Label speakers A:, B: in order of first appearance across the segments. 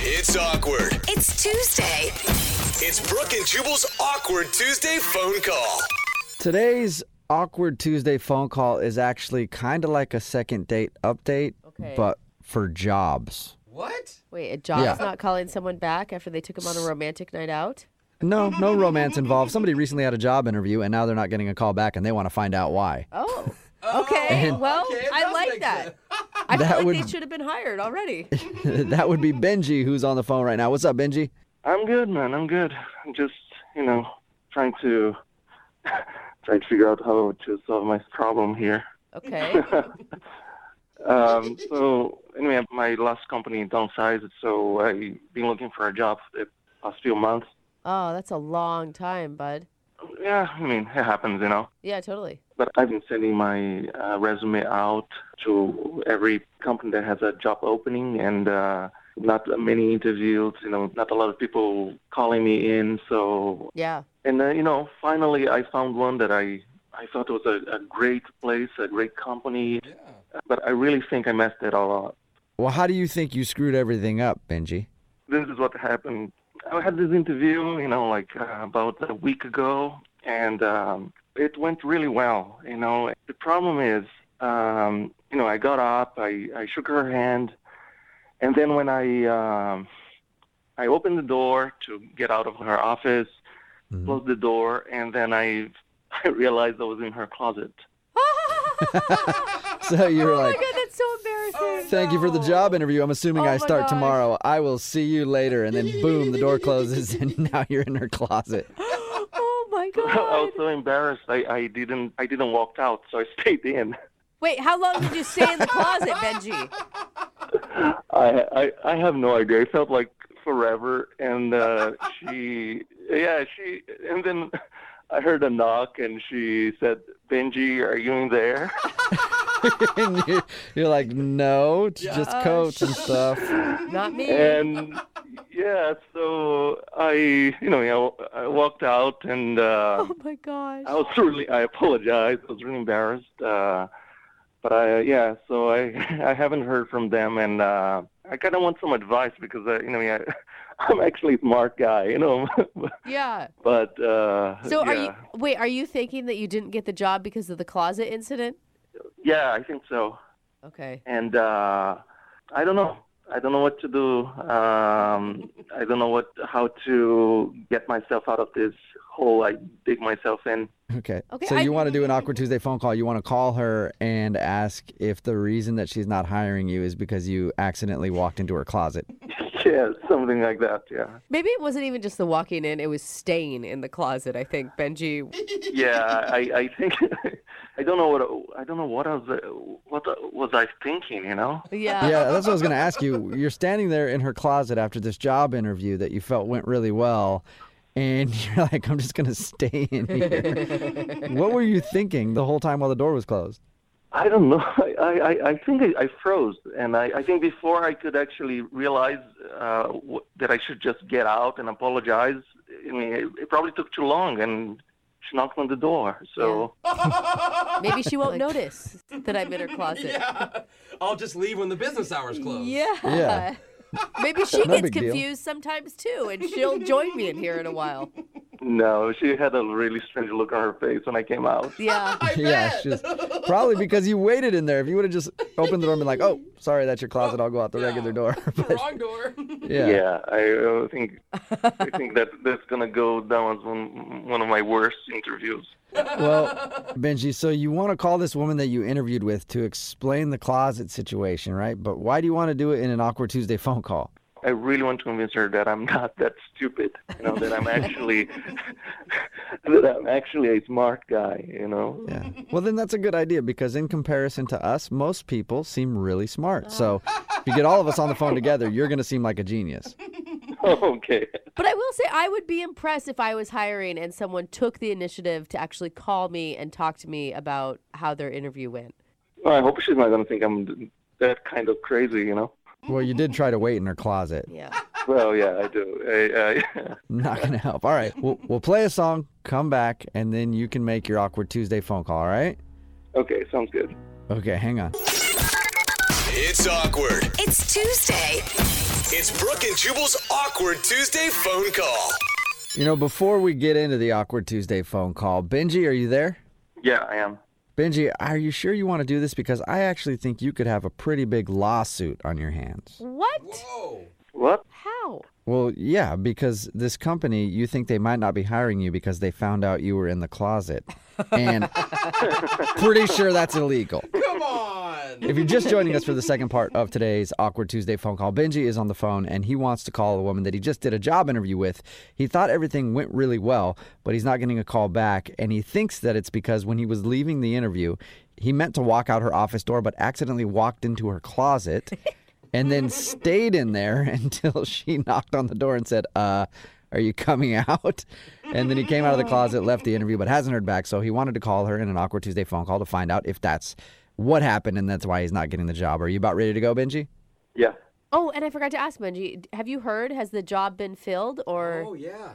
A: It's awkward.
B: It's Tuesday.
A: It's Brooke and Jubal's awkward Tuesday phone call.
C: Today's awkward Tuesday phone call is actually kind of like a second date update,
D: Okay.
C: but for jobs.
D: Wait, a job's
C: Yeah.
D: not calling someone back after they took him on a romantic night out?
C: No, no romance involved. Somebody recently had a job interview and now they're not getting a call back and they want to find out why.
D: Oh. Okay. well, I like that. I feel
C: That
D: like
C: would-
D: they should have been hired already.
C: that would be Benji who's on the phone right now. What's up, Benji?
E: I'm good, man. I'm good. I'm just, you know, trying to trying to figure out how to solve my problem here.
D: Okay.
E: Um, so anyway, my last company downsized, so I've been looking for a job for the past few months.
D: Oh, that's a long time, bud.
E: Yeah, I mean, it happens, you know.
D: Yeah, totally.
E: But I've been sending my uh, resume out to every company that has a job opening, and uh, not many interviews. You know, not a lot of people calling me in. So
D: Yeah.
E: and uh, you know finally i found one that i i thought was a, a great place a great company but i really think i messed it all up
C: Well, how do you think you screwed everything up, Benji?
E: this is what happened i had this interview you know like uh, about a week ago and um it went really well you know the problem is um you know i got up i i shook her hand and then when i um i opened the door to get out of her office closed the door, and then I, I realized I was in her closet.
C: So you're
D: Oh my
C: like,
D: god, that's so embarrassing.
C: Thank you for the job interview. I'm assuming
D: Oh
C: I
D: my
C: start
D: gosh.
C: tomorrow. I will see you later. And then boom, the door closes and now you're in her closet.
D: Oh my
E: I
D: god.
E: was so embarrassed. I, I didn't I didn't walk out, so I stayed in.
D: Wait, how long did you stay in the closet, Benji?
E: I I, I have no idea. It felt like forever. And uh, she, yeah, she. And then I heard a knock, and she said, "Benji, are you in there?"
C: and you're, you're like, no, it's just coats and stuff.
D: Not me.
E: and yeah, so I, you know, yeah, I walked out, and. Uh,
D: oh my gosh.
E: I was really, I apologize. I was really embarrassed. Uh, but I, yeah, so I, I haven't heard from them, and uh, I kind of want some advice because, uh, you know, yeah, I'm actually a smart guy, you know.
D: Yeah.
E: but uh,
D: So
E: yeah.
D: are you wait, are you thinking that you didn't get the job because of the closet incident?
E: Yeah, I think so.
D: Okay.
E: And uh, I don't know. I don't know what to do. Um, I don't know what how to get myself out of this hole I dig myself in.
C: Okay.
D: Okay,
C: So
D: I-
C: you want to do an awkward Tuesday phone call. You want to call her and ask if the reason that she's not hiring you is because you accidentally walked into her closet.
E: yeah, something like that. Yeah.
D: Maybe it wasn't even just the walking in, it was staying in the closet, I think, Benji.
E: yeah, I, I think I don't know what I don't know what I was what was I thinking, you know?
D: Yeah.
C: Yeah, that's what I was going to ask you. You're standing there in her closet after this job interview that you felt went really well. And you're like, I'm just going to stay in here. what were you thinking the whole time while the door was closed?
E: I don't know. I I, I- I think I, I froze, and I, I think before I could actually realize uh, w- that I should just get out and apologize. I mean, it, it probably took too long, and she knocked on the door. So
D: Maybe she won't notice that I'm in her closet. Yeah.
F: I'll just leave when the business hours close.
C: Yeah.
D: Maybe she gets
C: big deal.
D: confused sometimes too, and she'll join me in here in a while.
E: no, she had a really strange look on her face when I came out.
D: Yeah.
C: Yeah, she's probably because you waited in there. If you would have just opened the door and been like, "Oh, sorry, that's your closet. I'll go out the regular door." But,
F: Wrong door.
C: yeah.
E: Yeah, I uh, think I think that that's gonna go down as one one of my worst interviews.
C: Well, Benji, so you want to call this woman that you interviewed with to explain the closet situation, right? But why do you want to do it in an awkward Tuesday phone call?
E: I really want to convince her that I'm not that stupid. You know, that I'm actually that I'm actually a smart guy. You know.
C: Yeah. Well, then that's a good idea because in comparison to us, most people seem really smart. So if you get all of us on the phone together, you're going to seem like a genius.
E: okay.
D: But I will say, I would be impressed if I was hiring and someone took the initiative to actually call me and talk to me about how their interview went.
E: Well, I hope she's not gonna think I'm that kind of crazy. You know.
C: Well, you did try to wait in her closet.
D: Yeah.
E: Well, yeah, I do. I, I,
C: Not going to help. All right. We'll, we'll play a song, come back, and then you can make your awkward Tuesday phone call, all right?
E: okay, sounds good.
C: Okay, hang on.
A: It's awkward.
B: It's Tuesday.
A: It's Brooke and Jubal's awkward Tuesday phone call.
C: You know, before we get into the awkward Tuesday phone call, Benji, are you there?
E: Yeah, I am.
C: Benji, are you sure you want to do this? Because I actually think you could have a pretty big lawsuit on your hands.
D: What?
F: Whoa.
E: What?
D: How?
C: Well, yeah, because this company, you think they might not be hiring you because they found out you were in the closet. And pretty sure that's illegal.
F: Come on.
C: If you're just joining us for the second part of today's Awkward Tuesday phone call, Benji is on the phone and he wants to call a woman that he just did a job interview with. He thought everything went really well, but he's not getting a call back. And he thinks that it's because when he was leaving the interview, he meant to walk out her office door, but accidentally walked into her closet and then stayed in there until she knocked on the door and said, uh, are you coming out? And then he came out of the closet, left the interview, but hasn't heard back. So he wanted to call her in an awkward Tuesday phone call to find out if that's what happened and that's why he's not getting the job. Are you about ready to go, Benji?
E: Yeah.
D: Oh, and I forgot to ask Benji. d- Have you heard? Has the job been filled or?
F: Oh yeah.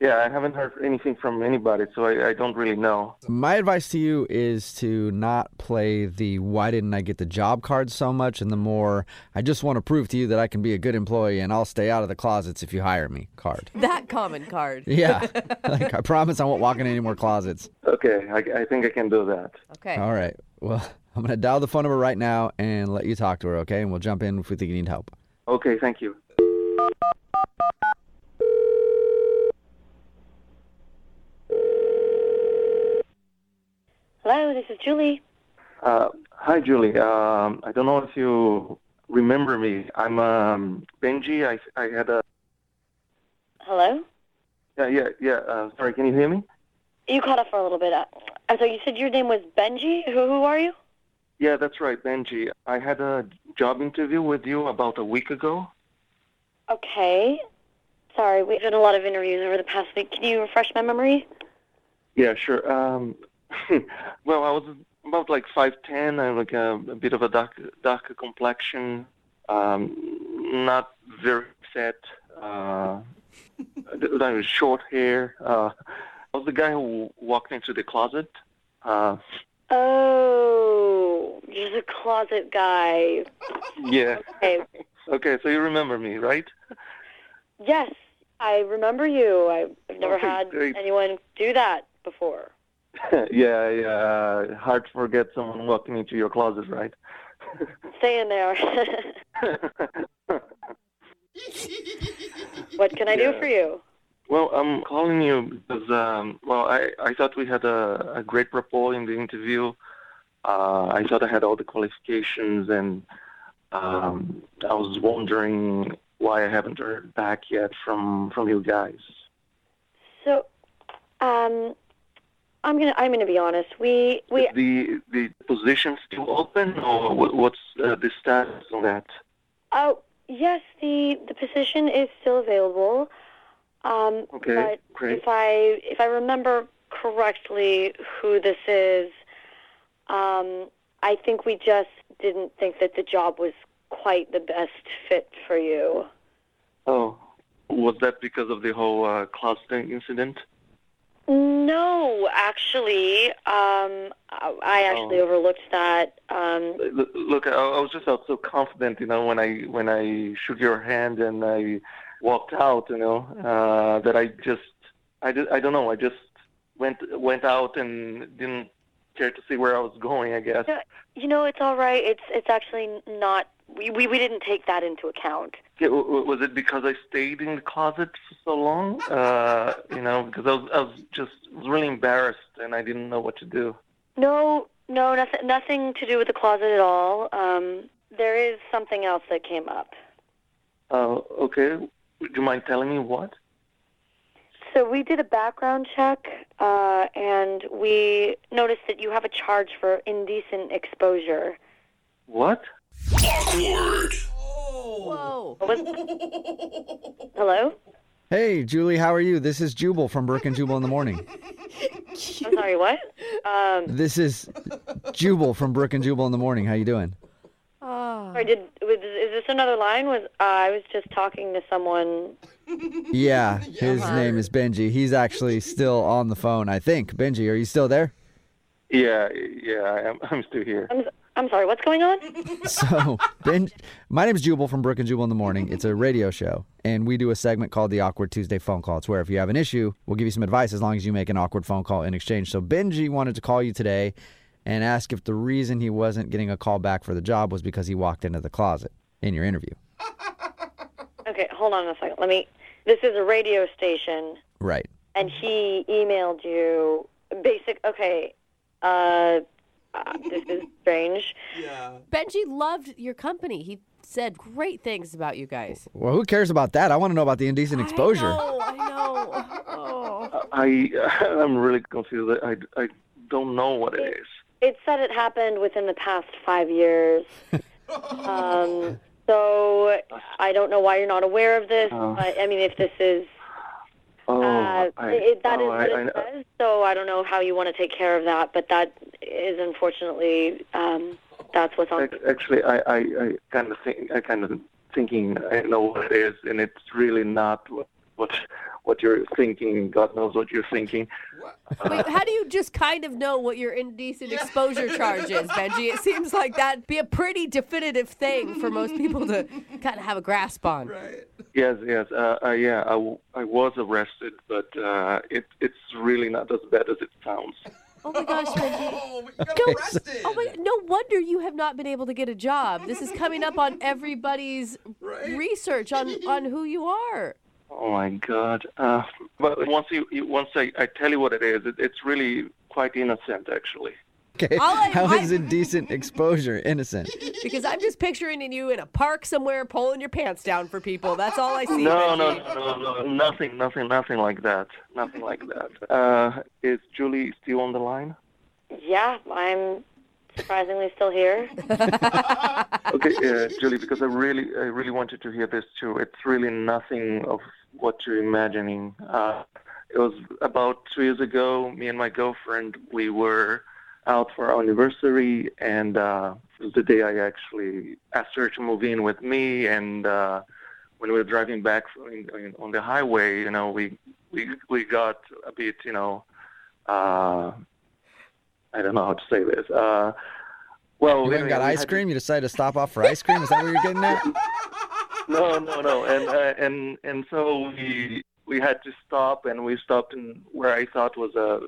E: Yeah, I haven't heard anything from anybody, so I, I don't really know.
C: My advice to you is to not play the why didn't I get the job card so much and the more I just want to prove to you that I can be a good employee and I'll stay out of the closets if you hire me card.
D: That common card.
C: Yeah. like I promise I won't walk in any more closets.
E: Okay, I, I think I can do that.
D: Okay.
C: All right. Well, I'm going to dial the phone number right now and let you talk to her, okay? And we'll jump in if we think you need help.
E: Okay, thank you.
B: Hello, this is Julie.
E: Uh, hi, Julie. Um, I don't know if you remember me. I'm um, Benji. I, I had a
B: Hello?
E: yeah yeah yeah. Uh, sorry, can you hear me?
B: You caught up for a little bit. Uh, I'm sorry, you said your name was Benji? Who, who are you?
E: Yeah, that's right, Benji. I had a job interview with you about a week ago.
B: Okay. Sorry, we've done a lot of interviews over the past week. Can you refresh my memory?
E: Yeah, sure. Um, well, I was about like five ten. I have like a, a bit of a dark darker complexion, um, not very set. Uh, I was short hair. Uh, I was the guy who walked into the closet. Uh,
B: Oh, you're the closet guy.
E: yeah.
B: Okay.
E: Okay, so you remember me, right?
B: Yes, I remember you. I- I've never
E: Okay,
B: had
E: great.
B: anyone do that before.
E: yeah, yeah. Hard to forget someone walking into your closet, right?
B: Stay in there. what can I do
E: Yeah.
B: for you?
E: Well, I'm calling you because um, well, I, I thought we had a, a great rapport in the interview. Uh, I thought I had all the qualifications, and um, I was wondering why I haven't heard back yet from from you guys.
B: So, um, I'm gonna I'm gonna be honest. We we
E: Is the the position still open, or what, what's uh, the status on that?
B: oh yes, the the position is still available. Um,
E: Okay,
B: but
E: great.
B: if I if I remember correctly, who this is, um, I think we just didn't think that the job was quite the best fit for you.
E: Oh, was that because of the whole uh, clustering incident?
B: No, actually, um, I I actually
E: Oh.
B: overlooked that. Um,
E: L- Look, I, I was just felt so confident, you know, when I when I shook your hand and I walked out, you know, uh, that I just I, di- I don't know, I just went went out and didn't care to see where I was going. I guess.
B: No, you know, it's all right. It's it's actually not. We we, we didn't take that into account.
E: Yeah, w- w- was it because I stayed in the closet for so long? Uh, you know, because I was I was just was really embarrassed and I didn't know what to do.
B: No, no, nothing nothing to do with the closet at all. Um, there is something else that came up.
E: Uh, okay, would you mind telling me what?
B: So we did a background check, uh, and we noticed that you have a charge for indecent exposure.
E: What?
D: Whoa.
B: Hello,
C: Hey, Julie, how are you? This is Jubal from Brooke and Jubal in the Morning.
B: I'm sorry. What? Um,
C: This is Jubal from Brook and Jubal in the morning. How you doing?
D: Oh.
B: sorry, did was, is this another line? Was uh, I was just talking to someone?
C: Yeah, his name is Benji. He's actually still on the phone, I think. Benji, are you still there?
E: Yeah, yeah, I'm I'm still here.
B: I'm s- I'm sorry, what's going on?
C: So then, my name's Jubal from Brook and Jubal in the Morning. It's a radio show, and we do a segment called the Awkward Tuesday Phone Call. It's where if you have an issue, we'll give you some advice as long as you make an awkward phone call in exchange. So Benji wanted to call you today and ask if the reason he wasn't getting a call back for the job was because he walked into the closet in your interview.
B: Okay, hold on a second. Let me. This is a radio station,
C: Right.
B: and he emailed you basic. Okay, uh, uh, this is strange.
F: Yeah.
D: Benji loved your company. He said great things about you guys.
C: Well, who cares about that? I want to know about the indecent exposure.
D: Oh, I know. Oh.
E: I I'm really confused. I, I don't know what it is.
B: It said it happened within the past five years. um, so I don't know why you're not aware of this.
E: Oh.
B: But, I mean, if this is
E: Oh,
B: uh,
E: I,
B: it, that is
E: oh, I,
B: what it
E: I-
B: says. So I don't know how you want to take care of that, but that is unfortunately um, that's what's on.
E: Ac- Actually, I, I, I kind of think I kind of thinking I know what it is, and it's really not what what, what you're thinking. God knows what you're thinking.
D: Wait, how do you just kind of know what your indecent exposure charge is, Benji? It seems like that'd be a pretty definitive thing for most people to kind of have a grasp on.
F: Right.
E: Yes, yes, uh, uh, yeah. I, w- I was arrested, but uh, it it's really not as bad as it sounds.
D: Oh my gosh, Benji.
F: Oh, but you got
D: Go-
F: arrested.
D: Oh my, no wonder you have not been able to get a job. This is coming up on everybody's
F: Right.
D: research on, on who you are.
E: Oh my God! Uh, but once you, you once I, I tell you what it is, it, it's really quite innocent, actually.
C: Okay.
D: All I-
C: How
D: I-
C: is indecent exposure innocent?
D: Because I'm just picturing you in a park somewhere pulling your pants down for people. That's all I see.
E: No,
D: Benji.
E: no, no, no, nothing, nothing, nothing like that. Nothing like that. Uh, is Julie still on the line?
B: Yeah, I'm surprisingly still here.
E: Okay, uh, Julie, because I really, I really wanted to hear this too. It's really nothing of what you're imagining. Uh, it was about two years ago. Me and my girlfriend, we were out for our anniversary, and uh, it was the day I actually asked her to move in with me. And uh, when we were driving back from, in, in, on the highway, you know, we we we got a bit, you know, uh, I don't know how to say this. Uh, well,
C: You went
E: anyway,
C: and got
E: we
C: ice
E: had-
C: cream. You decided to stop off for ice cream. Is that what you're getting at?
E: no, no, no. And uh, and and so we we had to stop, and we stopped in where I thought was a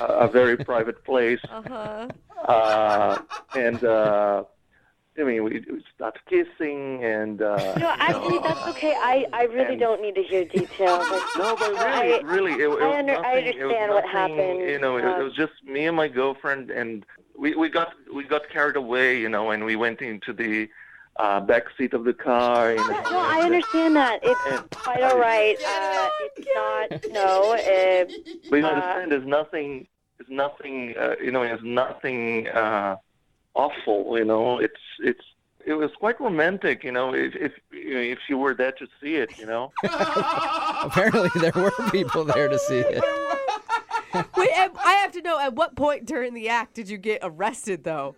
E: a a very private place.
D: Uh-huh.
E: Uh, and uh, I mean, we we start kissing, and uh,
B: No, actually, that's okay. I, I really
E: And-
B: don't need to hear details.
E: no, but
B: I-
E: really, really, it, it was
B: under- I
E: nothing. it was
B: understand what
E: nothing,
B: happened,
E: You know, it, it
B: um,
E: was just me and my girlfriend, and we we got we got carried away, you know, and we went into the uh, back seat of the car. You know,
B: No, I
E: and-
B: understand that. It's quite all right. Uh, it's not. No. Uh,
E: But you understand, there's nothing, there's nothing, uh, you know, there's nothing uh, awful. You know, it's it's it was quite romantic. You know, if if you know, if you were there to see it, you know.
C: Apparently, there were people there to see it.
D: Wait, and I have to know at what point during the act did you get arrested, though?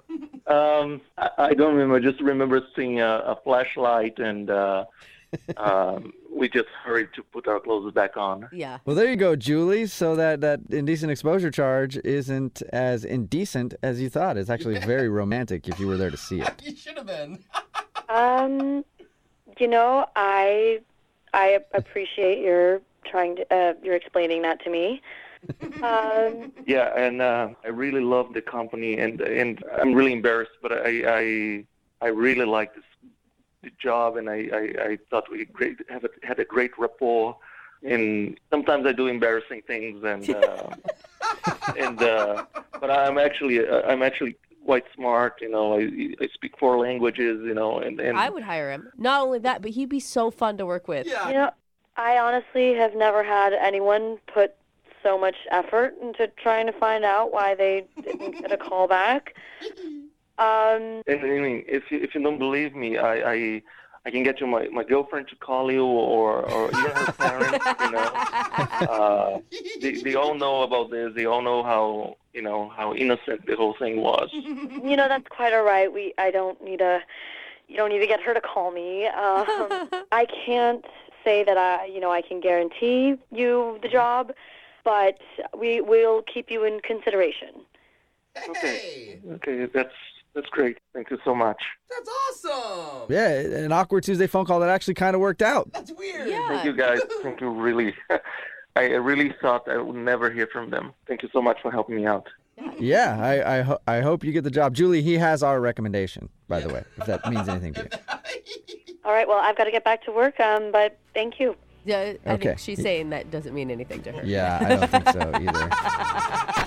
E: um, I, I don't remember. I just remember seeing a, a flashlight, and uh, um, we just hurried to put our clothes back on.
D: Yeah.
C: Well, there you go, Julie. So that that indecent exposure charge isn't as indecent as you thought. It's actually very romantic if you were there to see it.
F: You should have been.
B: um, you know, I I appreciate your trying to uh, you're explaining that to me. Um,
E: Yeah, and uh, I really love the company, and and I'm really embarrassed, but I I, I really like this the job, and I, I, I thought we great have a, had a great rapport. And sometimes I do embarrassing things, and uh, and uh, but I'm actually uh, I'm actually quite smart, you know. I I speak four languages, you know, and and
D: I would hire him. Not only that, but he'd be so fun to work with.
B: you
F: Yeah.
B: know, I honestly have never had anyone put so much effort into trying to find out why they didn't get a call back. Um,
E: And I mean, if you, if you don't believe me, I, I I can get you my, my girlfriend to call you or or even her parents. You know, uh, they they all know about this. They all know how you know how innocent the whole thing was.
B: you know that's quite all right we i don't need a you don't need to get her to call me um, i can't say that i you know i can guarantee you the job but we will keep you in consideration
E: Okay, that's That's great. Thank you so much.
G: That's awesome.
C: Yeah, an awkward Tuesday phone call that actually kind of worked out.
G: That's weird.
D: Yeah.
E: Thank you guys. Thank you really. I really thought I would never hear from them. Thank you so much for helping me out.
C: Yeah, I I, ho- I hope you get the job, Julie. He has our recommendation, by the way, if that means anything to you.
B: All right. Well, I've got to get back to work. Um, but thank you.
D: Yeah, I
C: Okay.
D: think she's saying that doesn't mean anything to her.
C: Yeah, I don't think so either.